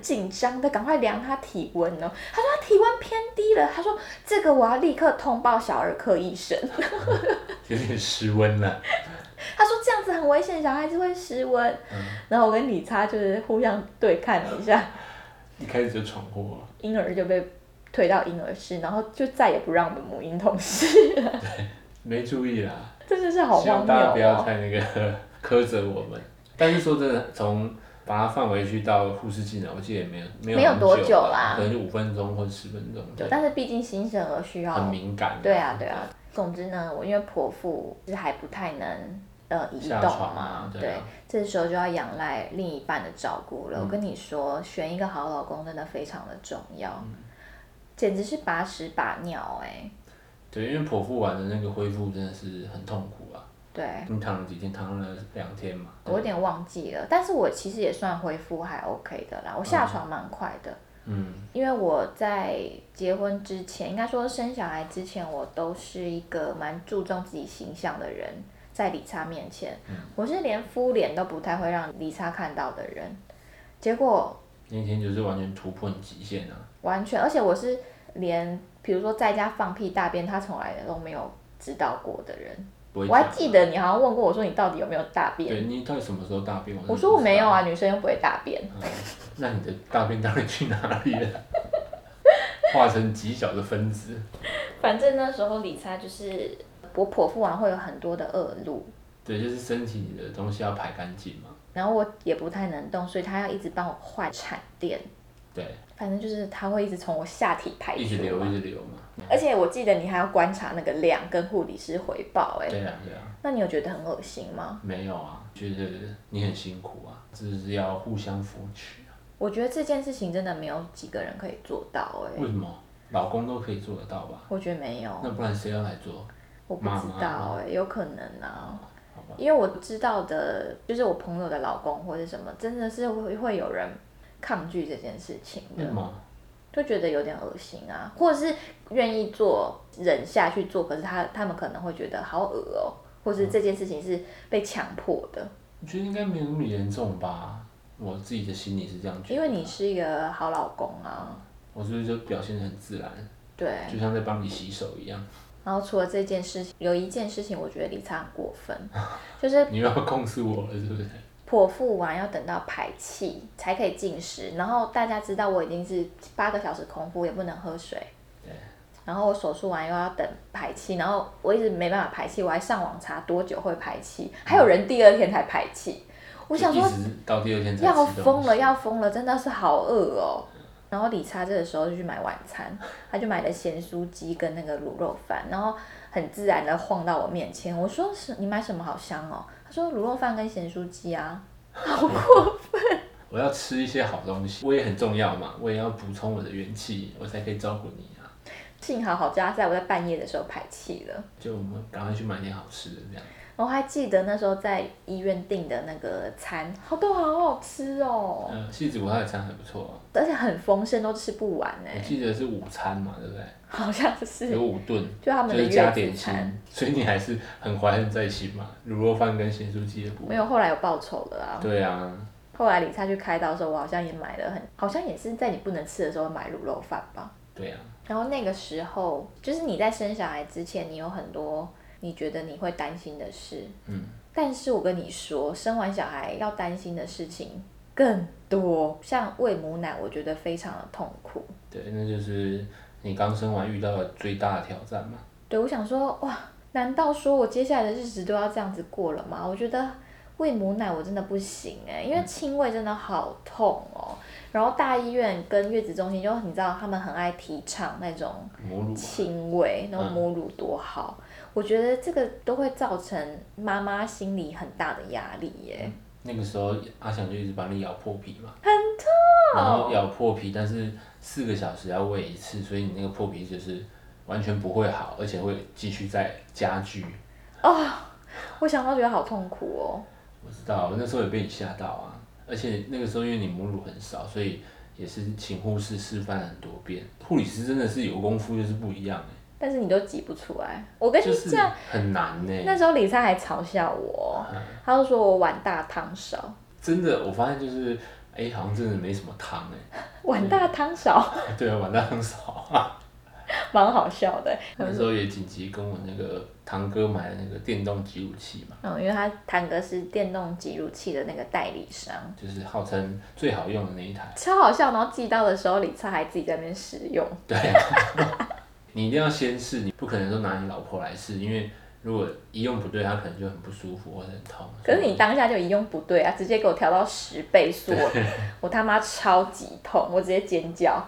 [SPEAKER 2] 紧张的赶快量他体温哦，他说他体温偏低了，他说这个我要立刻通报小儿科医生，
[SPEAKER 3] 有点失温了。
[SPEAKER 2] 他说这样子很危险，小孩子会失温。
[SPEAKER 3] 嗯
[SPEAKER 2] 然后我跟李莎就是互相对看了一下，
[SPEAKER 3] 一开始就闯祸了，
[SPEAKER 2] 婴儿就被推到婴儿室，然后就再也不让我们母婴同室了，
[SPEAKER 3] 没注意啦。
[SPEAKER 2] 真的是好
[SPEAKER 3] 希
[SPEAKER 2] 荒
[SPEAKER 3] 望
[SPEAKER 2] 谬
[SPEAKER 3] 大家不要
[SPEAKER 2] 哦！
[SPEAKER 3] 太那个 苛责我们。但是说真的，从把它放回去到护士进来，我记得也没有没有
[SPEAKER 2] 没有
[SPEAKER 3] 很
[SPEAKER 2] 多
[SPEAKER 3] 久
[SPEAKER 2] 久啦
[SPEAKER 3] 啦，可能就五分钟或十分钟，
[SPEAKER 2] 对，但是毕竟新生儿需
[SPEAKER 3] 很
[SPEAKER 2] 要，
[SPEAKER 3] 敏感。
[SPEAKER 2] 对啊，对啊。总之呢，我因为剖腹是还不太能呃移动
[SPEAKER 3] 下床
[SPEAKER 2] 嘛
[SPEAKER 3] 啊，
[SPEAKER 2] 对
[SPEAKER 3] 对啊嗯
[SPEAKER 2] 这时候就要仰赖另一半的照顾了。我跟你说，选一个好老公真的非常的重要，
[SPEAKER 3] 嗯
[SPEAKER 2] 简直是把屎把尿哎、
[SPEAKER 3] 对，因为剖腹完的那个恢复真的是很痛苦啊。
[SPEAKER 2] 对。
[SPEAKER 3] 你躺了几天？躺了两天嘛。
[SPEAKER 2] 我有点忘记了，但是我其实也算恢复还 OK 的啦，我下床蛮快的。
[SPEAKER 3] 嗯，
[SPEAKER 2] 因为我在结婚之前，应该说生小孩之前，我都是一个蛮注重自己形象的人，在理查面前，
[SPEAKER 3] 嗯
[SPEAKER 2] 我是连敷脸都不太会让理查看到的人。结果
[SPEAKER 3] 那天就是完全突破你极限啊。
[SPEAKER 2] 完全，而且我是连比如说在家放屁大便，他从来都没有知道过的人。
[SPEAKER 3] 不会
[SPEAKER 2] 我还
[SPEAKER 3] 讲
[SPEAKER 2] 记得你好像问过我说你到底有没有大便，
[SPEAKER 3] 对你到底什么时候大便？我
[SPEAKER 2] 我
[SPEAKER 3] 是
[SPEAKER 2] 说
[SPEAKER 3] 不
[SPEAKER 2] 我
[SPEAKER 3] 知
[SPEAKER 2] 没有
[SPEAKER 3] 道。
[SPEAKER 2] 啊，女生又不会大便。
[SPEAKER 3] 那你的大便到底去哪里了？ 化成极小的分子。
[SPEAKER 2] 反正那时候理查就是我剖腹完啊会有很多的恶露，
[SPEAKER 3] 对，就是身体里的东西要排干净嘛。
[SPEAKER 2] 然后我也不太能动，所以他要一直帮我换产垫，
[SPEAKER 3] 对，
[SPEAKER 2] 反正就是他会一直从我下体排啊
[SPEAKER 3] 一直
[SPEAKER 2] 出
[SPEAKER 3] 流，
[SPEAKER 2] 嘛。
[SPEAKER 3] 一直流嘛。
[SPEAKER 2] 而且我记得你还要观察那个量，跟护理师回报、哎，
[SPEAKER 3] 对啊，对啊，
[SPEAKER 2] 那你有觉得很恶心吗？
[SPEAKER 3] 没有啊，觉得你很辛苦啊，这是要互相扶持啊。
[SPEAKER 2] 我觉得这件事情真的没有几个人可以做到、哎，
[SPEAKER 3] 为什么老公都可以做得到吧？
[SPEAKER 2] 我觉得没有，
[SPEAKER 3] 那不然谁要来做？
[SPEAKER 2] 我不知道
[SPEAKER 3] 妈、
[SPEAKER 2] 哎，有可能啊。
[SPEAKER 3] 好吧，
[SPEAKER 2] 因为我知道的，就是我朋友的老公或者什么，真的是会会有人抗拒这件事情的
[SPEAKER 3] 为。什么？
[SPEAKER 2] 就觉得有点恶心啊，或者是愿意做忍下去做，可是他他们可能会觉得好恶哦、或是这件事情是被强迫的，
[SPEAKER 3] 我觉得应该没有那么严重吧。我自己的心里是这样觉得。啊
[SPEAKER 2] 因为你，是一个好老公啊，
[SPEAKER 3] 我是不是就表现得很自然，
[SPEAKER 2] 对。
[SPEAKER 3] 就像在帮你洗手一样？
[SPEAKER 2] 然后除了这件事情，有一件事情我觉得李灿很过分， 就是
[SPEAKER 3] 你又要控诉我了，是不是？
[SPEAKER 2] 剖腹完要等到排气才可以进食，然后大家知道我已经是八个小时空腹，也不能喝水
[SPEAKER 3] 对，
[SPEAKER 2] 然后我手术完又要等排气，然后我一直没办法排气，我还上网查多久会排气，还有人第二天才排气。我想说
[SPEAKER 3] 就一直到第二天才
[SPEAKER 2] 要
[SPEAKER 3] 吃东
[SPEAKER 2] 疯了，
[SPEAKER 3] 西
[SPEAKER 2] 要疯了，真的是好饿哦。然后理查这个时候就去买晚餐，他就买了咸酥鸡跟那个卤肉饭，然后很自然的晃到我面前。我说是你买什么好香哦？他说卤肉饭跟咸酥鸡啊。
[SPEAKER 3] 我要吃一些好东西，我也很重要嘛，我也要补充我的元气，我才可以照顾你啊。
[SPEAKER 2] 幸好好家在我在半夜的时候排气了。
[SPEAKER 3] 就我们赶快去买点好吃的，这样
[SPEAKER 2] 我还记得那时候在医院订的那个餐，好都好好吃哦，
[SPEAKER 3] 呃，戏子国泰的餐还不错、啊，
[SPEAKER 2] 而且很丰盛，都吃不完哎、
[SPEAKER 3] 我记得是午餐嘛，对不对？
[SPEAKER 2] 好像是
[SPEAKER 3] 嗯有。五顿，
[SPEAKER 2] 就他们的
[SPEAKER 3] 是加点
[SPEAKER 2] 月子
[SPEAKER 3] 心
[SPEAKER 2] 餐，
[SPEAKER 3] 所以你还是很怀恨在心嘛。卤肉饭跟咸酥鸡的部
[SPEAKER 2] 没
[SPEAKER 3] 分，
[SPEAKER 2] 有，后来有报仇了啊。
[SPEAKER 3] 对啊，
[SPEAKER 2] 后来理查去开刀的时候，我好像也买了很，好像也是在你不能吃的时候买卤肉饭吧。
[SPEAKER 3] 对啊，
[SPEAKER 2] 然后那个时候，就是你在生小孩之前，你有很多你觉得你会担心的事，
[SPEAKER 3] 嗯，
[SPEAKER 2] 但是我跟你说，生完小孩要担心的事情更多，像喂母奶，我觉得非常的痛苦。
[SPEAKER 3] 对，那就是你刚生完遇到的最大的挑战嘛。
[SPEAKER 2] 对，我想说，哇，难道说我接下来的日子都要这样子过了吗？我觉得喂母奶我真的不行哎、因为亲喂真的好痛哦。然后大医院跟月子中心，就你知道他们很爱提倡那种
[SPEAKER 3] 母乳啊
[SPEAKER 2] 亲喂，那
[SPEAKER 3] 嗯
[SPEAKER 2] 种母乳多好。我觉得这个都会造成妈妈心里很大的压力耶。
[SPEAKER 3] 那个时候，阿翔就一直把你咬破皮嘛，很痛。然后咬破皮，但是四个小时要喂一次，所以你那个破皮就是完全不会好，而且会继续在加剧。
[SPEAKER 2] 我想到觉得好痛苦哦。
[SPEAKER 3] 我知道，我那时候也被你吓到啊！而且那个时候因为你母乳很少，所以也是请护士示范很多遍。护理师真的是有功夫，就是不一样、欸、
[SPEAKER 2] 但是你都挤不出来，我跟你
[SPEAKER 3] 就是
[SPEAKER 2] 讲，
[SPEAKER 3] 很难欸呢、
[SPEAKER 2] 那时候李灿还嘲笑我，
[SPEAKER 3] 嗯
[SPEAKER 2] 他就说我碗大汤少，
[SPEAKER 3] 真的，我发现就是，哎、好像真的没什么汤哎、
[SPEAKER 2] 碗大汤少，
[SPEAKER 3] 对啊，碗大汤少。
[SPEAKER 2] 蛮好笑的。
[SPEAKER 3] 那时候也紧急跟我那个堂哥买了那个电动挤乳器嘛，
[SPEAKER 2] 嗯，因为他堂哥是电动挤乳器的那个代理商，
[SPEAKER 3] 就是号称最好用的那一台。
[SPEAKER 2] 超好笑。然后寄到的时候，李灿还自己在那边使用。
[SPEAKER 3] 对，啊 你一定要先试，你不可能说拿你老婆来试，因为如果一用不对，她可能就很不舒服或者很痛。
[SPEAKER 2] 可是你当下就一用不对啊，直接给我调到十倍速，我我他妈超级痛，我直接尖叫。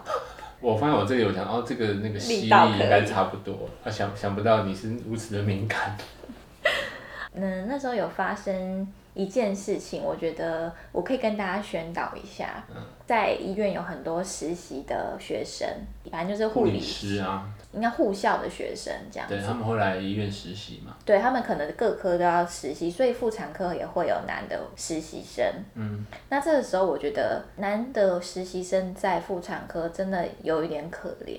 [SPEAKER 3] 我发现我这里我想，哦，这个那个吸力
[SPEAKER 2] 力
[SPEAKER 3] 应
[SPEAKER 2] 道可以
[SPEAKER 3] 该差不多，啊，想想不到你是如此的敏感。
[SPEAKER 2] 嗯，那时候有发生一件事情，我觉得我可以跟大家宣导一下，
[SPEAKER 3] 嗯
[SPEAKER 2] 在医院有很多实习的学生，反正就是 护
[SPEAKER 3] 护理
[SPEAKER 2] 理，
[SPEAKER 3] 师啊，
[SPEAKER 2] 应该护校的学生这样子
[SPEAKER 3] 对他们会来医院实习嘛，
[SPEAKER 2] 对他们可能各科都要实习，所以妇产科也会有男的实习生。
[SPEAKER 3] 嗯，
[SPEAKER 2] 那这个时候我觉得男的实习生在妇产科真的有一点可怜，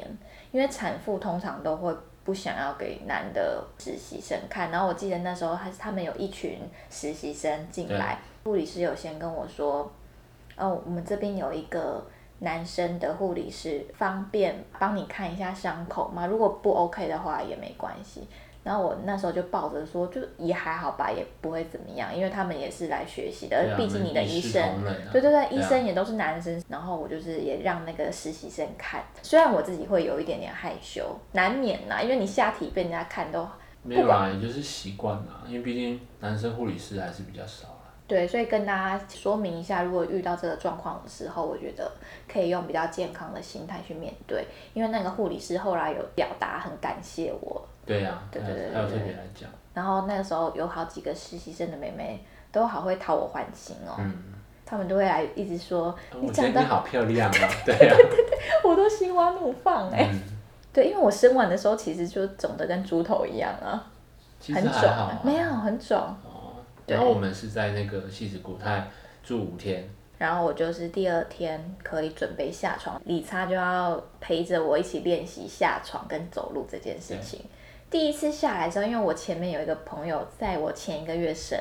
[SPEAKER 2] 因为产妇通常都会不想要给男的实习生看。然后我记得那时候还是他们有一群实习生进来，护理师有先跟我说，哦，我们这边有一个。男生的护理师方便帮你看一下伤口吗？如果不 OK 的话也没关系。然后我那时候就抱着说，就也还好吧，也不会怎么样，因为他们也是来学习的，
[SPEAKER 3] 对啊
[SPEAKER 2] 呃毕竟你的
[SPEAKER 3] 我们
[SPEAKER 2] 医
[SPEAKER 3] 一视
[SPEAKER 2] 生，
[SPEAKER 3] 同仁啊
[SPEAKER 2] 对对对，医
[SPEAKER 3] 啊
[SPEAKER 2] 生也都是男生。然后我就是也让那个实习生看，虽然我自己会有一点点害羞，难免啦，因为你下体被人家看都
[SPEAKER 3] 没有啦，也就是习惯啦，因为毕竟男生护理师还是比较少啦。
[SPEAKER 2] 对，所以跟大家说明一下，如果遇到这个状况的时候，我觉得可以用比较健康的心态去面对，因为那个护理师后来有表达很感谢我，
[SPEAKER 3] 对呀、啊，
[SPEAKER 2] 对
[SPEAKER 3] 还有
[SPEAKER 2] 对对
[SPEAKER 3] 还有特
[SPEAKER 2] 对
[SPEAKER 3] 别来讲，
[SPEAKER 2] 然后那个时候有好几个实习生的妹妹都好会讨我欢心哦，
[SPEAKER 3] 嗯，哦
[SPEAKER 2] 她们都会来一直说你
[SPEAKER 3] 我觉
[SPEAKER 2] 长
[SPEAKER 3] 得
[SPEAKER 2] 得
[SPEAKER 3] 你
[SPEAKER 2] 好，
[SPEAKER 3] 好漂亮啊， 对呀、
[SPEAKER 2] 我都心花怒放哎、
[SPEAKER 3] 嗯
[SPEAKER 2] 对，因为我生完的时候其实就肿得跟猪头一样啊，
[SPEAKER 3] 其实
[SPEAKER 2] 很
[SPEAKER 3] 还
[SPEAKER 2] 肿、
[SPEAKER 3] 好、啊，
[SPEAKER 2] 没有很肿。
[SPEAKER 3] 哦。
[SPEAKER 2] 对
[SPEAKER 3] 然后我们是在那个戏子国泰住五天，
[SPEAKER 2] 然后我就是第二天可以准备下床，理查就要陪着我一起练习下床跟走路这件事情。第一次下来的时候，因为我前面有一个朋友在我前一个月生，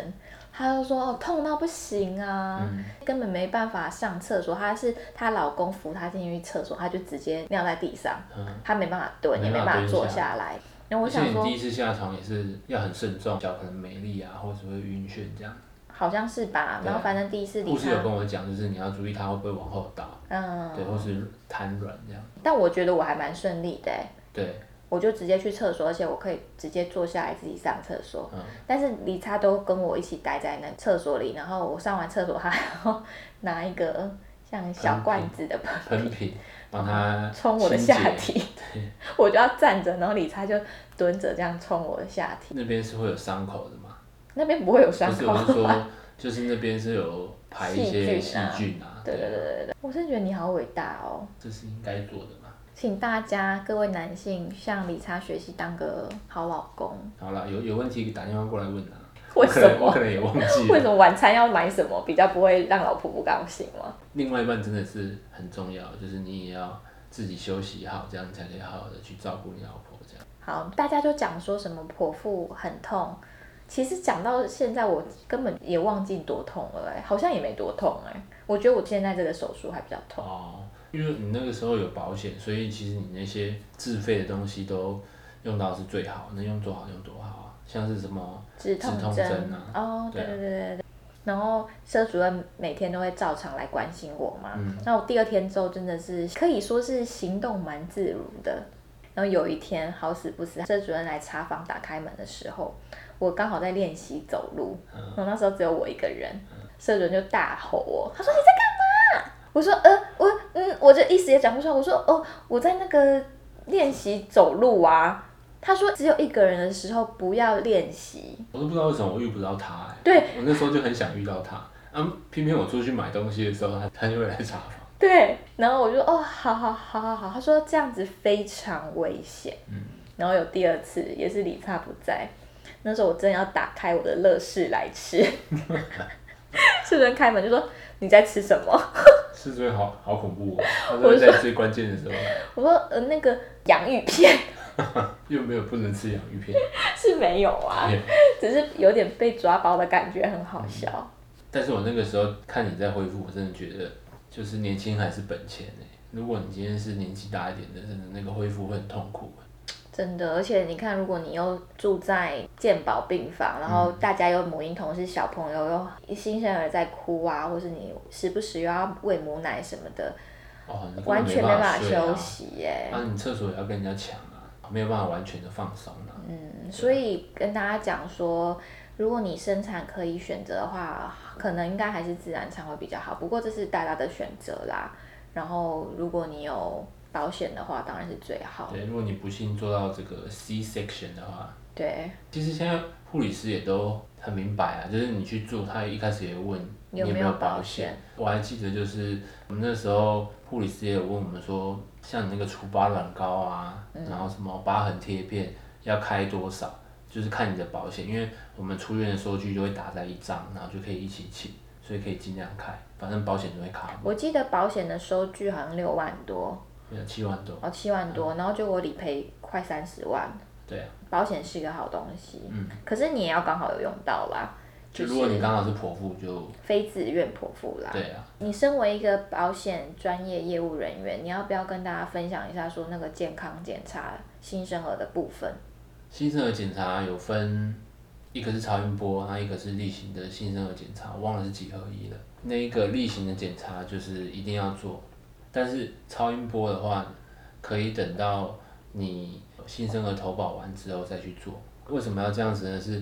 [SPEAKER 2] 她就说哦痛到不行啊，
[SPEAKER 3] 嗯
[SPEAKER 2] 根本没办法上厕所。她是她老公扶她进去厕所，她就直接尿在地上，
[SPEAKER 3] 嗯，
[SPEAKER 2] 她没办法蹲，也
[SPEAKER 3] 没
[SPEAKER 2] 没
[SPEAKER 3] 办法
[SPEAKER 2] 办法
[SPEAKER 3] 蹲
[SPEAKER 2] 坐
[SPEAKER 3] 下
[SPEAKER 2] 下来。然后我
[SPEAKER 3] 而且
[SPEAKER 2] 想
[SPEAKER 3] 你
[SPEAKER 2] 说
[SPEAKER 3] 第，一次下床也是要很慎重，脚可能没力啊，或者会晕眩这样。
[SPEAKER 2] 好像是吧，
[SPEAKER 3] 对
[SPEAKER 2] 然后反正第一次理
[SPEAKER 3] 护士有
[SPEAKER 2] 查
[SPEAKER 3] 跟，我讲，就是你要注意它会不会往后倒，
[SPEAKER 2] 嗯，
[SPEAKER 3] 对，或是瘫软这样。
[SPEAKER 2] 但我觉得我还蛮顺利的欸、
[SPEAKER 3] 对，
[SPEAKER 2] 我就直接去厕所，而且我可以直接坐下来自己上厕所。
[SPEAKER 3] 嗯
[SPEAKER 2] 但是理查都跟我一起待在那厕所里，然后我上完厕所，他还要 拿一个像小罐子的盆
[SPEAKER 3] 喷瓶帮它
[SPEAKER 2] 冲我的
[SPEAKER 3] 清洁
[SPEAKER 2] 下体， 我就要站着，然后理查就蹲着这样冲我的下体。
[SPEAKER 3] 那边是会有伤口的吗？
[SPEAKER 2] 那边不会有 伤
[SPEAKER 3] 不是，
[SPEAKER 2] 口
[SPEAKER 3] 我是
[SPEAKER 2] 吧？
[SPEAKER 3] 说，就是那边是有排一些
[SPEAKER 2] 细
[SPEAKER 3] 细
[SPEAKER 2] 菌啊
[SPEAKER 3] 菌啊，
[SPEAKER 2] 对对对对对，我真的觉得你好伟大哦！
[SPEAKER 3] 这是应该做的嘛。
[SPEAKER 2] 请大家各位男性向理查学习，当个好老公。
[SPEAKER 3] 好啦，有有问题打电话过来问啊。
[SPEAKER 2] 为
[SPEAKER 3] 我
[SPEAKER 2] 什
[SPEAKER 3] 可
[SPEAKER 2] 么
[SPEAKER 3] 能我可能也忘记
[SPEAKER 2] 为什
[SPEAKER 3] 了。
[SPEAKER 2] 么晚餐要买什么比较不会让老婆不高兴吗？
[SPEAKER 3] 另外一半真的是很重要，就是你也要自己休息好，这样才可以好好的去照顾你老婆。这样，
[SPEAKER 2] 好，大家就讲说什么剖腹很痛，其实讲到现在我根本也忘记多痛了、欸，好像也没多痛哎、我觉得我现在这个手术还比较痛。
[SPEAKER 3] 哦，因为你那个时候有保险，所以其实你那些自费的东西都用到是最好，能用多好用多好啊。像是什么
[SPEAKER 2] 止痛
[SPEAKER 3] 痛
[SPEAKER 2] 针
[SPEAKER 3] 针啊，
[SPEAKER 2] 哦，对
[SPEAKER 3] 对啊
[SPEAKER 2] 对对对对。然后社主任每天都会照常来关心我嘛。
[SPEAKER 3] 嗯
[SPEAKER 2] 那我第二天之后真的是可以说是行动蛮自如的。然后有一天好死不死，社主任来查房打开门的时候，我刚好在练习走路，
[SPEAKER 3] 嗯
[SPEAKER 2] 然后那时候只有我一个人，社主任就大吼我，他说你在干嘛？我说呃我嗯我就一时也讲不出来，我说哦我在那个练习走路啊。他说只有一个人的时候不要练习，
[SPEAKER 3] 我都不知道为什么我遇不到他、欸。
[SPEAKER 2] 对，
[SPEAKER 3] 我那时候就很想遇到他，啊，偏偏我出去买东西的时候，他他就会来查房。
[SPEAKER 2] 对，然后我就哦，好好好好好，他说这样子非常危险。然后有第二次也是理查不在，那时候我真的要打开我的乐事来吃，是人开门就说你在吃什么？
[SPEAKER 3] 是真的好好恐怖、哦，他都会在最关键的时候来，
[SPEAKER 2] 我说呃那个洋芋片
[SPEAKER 3] 又没有不能吃洋芋片。
[SPEAKER 2] 是没有啊
[SPEAKER 3] 对，
[SPEAKER 2] 只是有点被抓包的感觉，很好笑。
[SPEAKER 3] 但是我那个时候看你在恢复，我真的觉得就是年轻还是本钱哎、如果你今天是年纪大一点的，真的那个恢复会很痛苦、
[SPEAKER 2] 真的，而且你看，如果你又住在健保病房，然后大家又母婴同是小朋友又新生儿在哭啊，或是你时不时又要喂母奶什么的，
[SPEAKER 3] 哦，你根本
[SPEAKER 2] 完全没
[SPEAKER 3] 办
[SPEAKER 2] 办法
[SPEAKER 3] 睡啊
[SPEAKER 2] 休。息耶、
[SPEAKER 3] 啊，你厕所也要跟人家抢啊，没有办法完全的放松啊。
[SPEAKER 2] 嗯所以跟大家讲说，如果你生产可以选择的话，可能应该还是自然产会比较好。不过这是大家的选择啦。然后如果你有保险的话，当然是最好。
[SPEAKER 3] 对，如果你不幸做到这个 C section 的话，
[SPEAKER 2] 对，
[SPEAKER 3] 其实现在护理师也都很明白啊，就是你去做，他一开始也问
[SPEAKER 2] 你
[SPEAKER 3] 你
[SPEAKER 2] 有
[SPEAKER 3] 有
[SPEAKER 2] 没有
[SPEAKER 3] 没
[SPEAKER 2] 保
[SPEAKER 3] 保
[SPEAKER 2] 险
[SPEAKER 3] 险。我还记得就是我们那时候护理师也有问我们说，像你那个除疤软膏啊，
[SPEAKER 2] 嗯
[SPEAKER 3] 然后什么疤痕贴片要开多少，就是看你的保险，因为我们出院的收据就会打在一张，然后就可以一起请，所以可以尽量开，反正保险都会卡，
[SPEAKER 2] 我记得保险的收据好像六万多。
[SPEAKER 3] 有七万多，
[SPEAKER 2] 哦，七万多，然后就我理赔快三十万，
[SPEAKER 3] 对啊，
[SPEAKER 2] 保险是一个好东西，嗯，可是你也要刚好有用到啦，
[SPEAKER 3] 就
[SPEAKER 2] 就
[SPEAKER 3] 如果你
[SPEAKER 2] 是
[SPEAKER 3] 刚好是剖腹就
[SPEAKER 2] 非自愿剖腹啦。
[SPEAKER 3] 对啊，
[SPEAKER 2] 你身为一个保险专业业务人员，你要不要跟大家分享一下说那个健康检查新生儿的部分？
[SPEAKER 3] 新生儿检查有分，一个是超音波，那一个是例行的新生儿检查，我忘了是几合一了。那一个例行的检查就是一定要做，但是超音波的话，可以等到你新生儿投保完之后再去做。为什么要这样子呢？是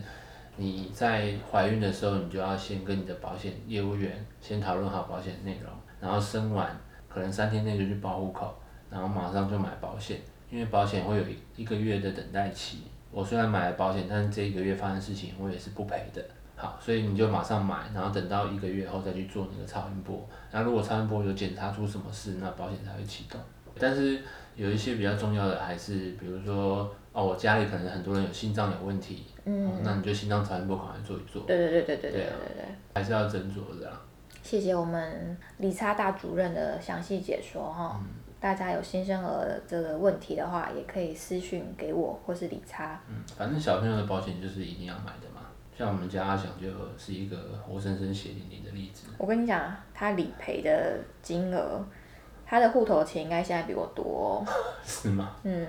[SPEAKER 3] 你在怀孕的时候，你就要先跟你的保险业务员先讨论好保险内容，然后生完可能三天内就去报户口，然后马上就买保险，因为保险会有一个月的等待期。我虽然买了保险，但是这一个月发生事情，我也是不赔的。好，所以你就马上买，然后等到一个月后再去做你的超音波。那如果超音波有检查出什么事，那保险才会启动。但是有一些比较重要的，还是比如说哦，我家里可能很多人有心脏有问题，嗯、那你就心脏超音波赶快做一做，
[SPEAKER 2] 对对对对对对对
[SPEAKER 3] 对啊
[SPEAKER 2] 对对。
[SPEAKER 3] 还是要斟酌的啦。啊
[SPEAKER 2] 谢谢我们理查大主任的详细解说哈、
[SPEAKER 3] 嗯
[SPEAKER 2] 大家有新生儿这个问题的话，也可以私讯给我或是理查。
[SPEAKER 3] 嗯，反正小朋友的保险就是一定要买的嘛。像我们家阿翔就是一个活生生血淋淋的例子。
[SPEAKER 2] 我跟你讲，他理赔的金额，他的户头钱应该现在比我多、哦。
[SPEAKER 3] 是吗？
[SPEAKER 2] 嗯，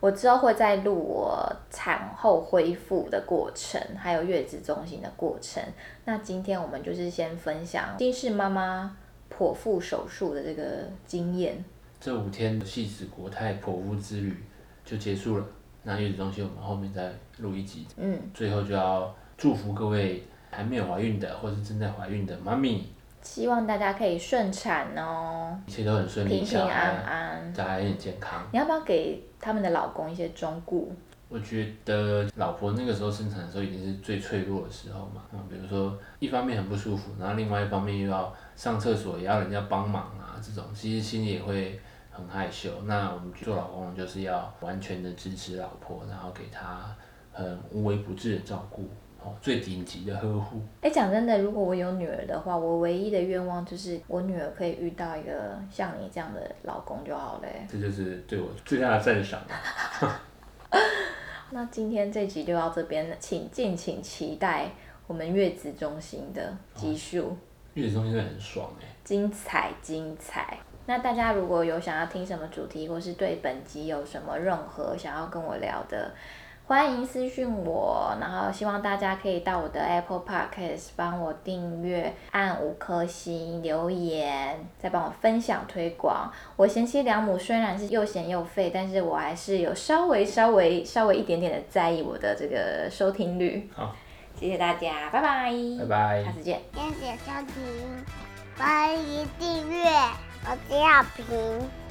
[SPEAKER 2] 我之后会再录我产后恢复的过程，还有月子中心的过程。那今天我们就是先分享金氏妈妈剖腹手术的这个经验。
[SPEAKER 3] 这五天的戏子国泰剖腹之旅就结束了。那月子中心我们后面再录一集，
[SPEAKER 2] 嗯，
[SPEAKER 3] 最后就要祝福各位还没有怀孕的或是正在怀孕的妈咪，
[SPEAKER 2] 希望大家可以顺产哦，
[SPEAKER 3] 一切都很顺利，
[SPEAKER 2] 平平
[SPEAKER 3] 小
[SPEAKER 2] 安
[SPEAKER 3] 孩
[SPEAKER 2] 安。
[SPEAKER 3] 小孩也很健康。
[SPEAKER 2] 你要不要给他们的老公一些忠告？
[SPEAKER 3] 我觉得呃老婆那个时候生产的时候，一定是最脆弱的时候嘛。嗯，比如说一方面很不舒服，然后另外一方面又要上厕所，也要人家帮忙啊，这种其实心里也会很害羞。那我们做老公就是要完全的支持老婆，然后给她很无微不至的照顾，哦，最顶级的呵护。
[SPEAKER 2] 哎，讲真的，如果我有女儿的话，我唯一的愿望就是我女儿可以遇到一个像你这样的老公就好了欸。
[SPEAKER 3] 这就是对我最大的赞赏。啊
[SPEAKER 2] 那今天这集就到这边了，请敬请期待我们月子中心的集数。
[SPEAKER 3] 月子中心真的很爽哎、
[SPEAKER 2] 精彩精彩。那大家如果有想要听什么主题，或是对本集有什么任何想要跟我聊的，欢迎私讯我。然后希望大家可以到我的 Apple Podcast 帮我订阅、按五颗星、留言，再帮我分享推广。我贤妻良母虽然是又闲又废，但是我还是有稍微稍微稍微一点点的在意我的这个收听率。
[SPEAKER 3] 好，
[SPEAKER 2] 谢谢大家，拜拜，
[SPEAKER 3] 拜，拜
[SPEAKER 2] 下。次见。
[SPEAKER 1] 谢谢收听，欢迎订阅，我是小平。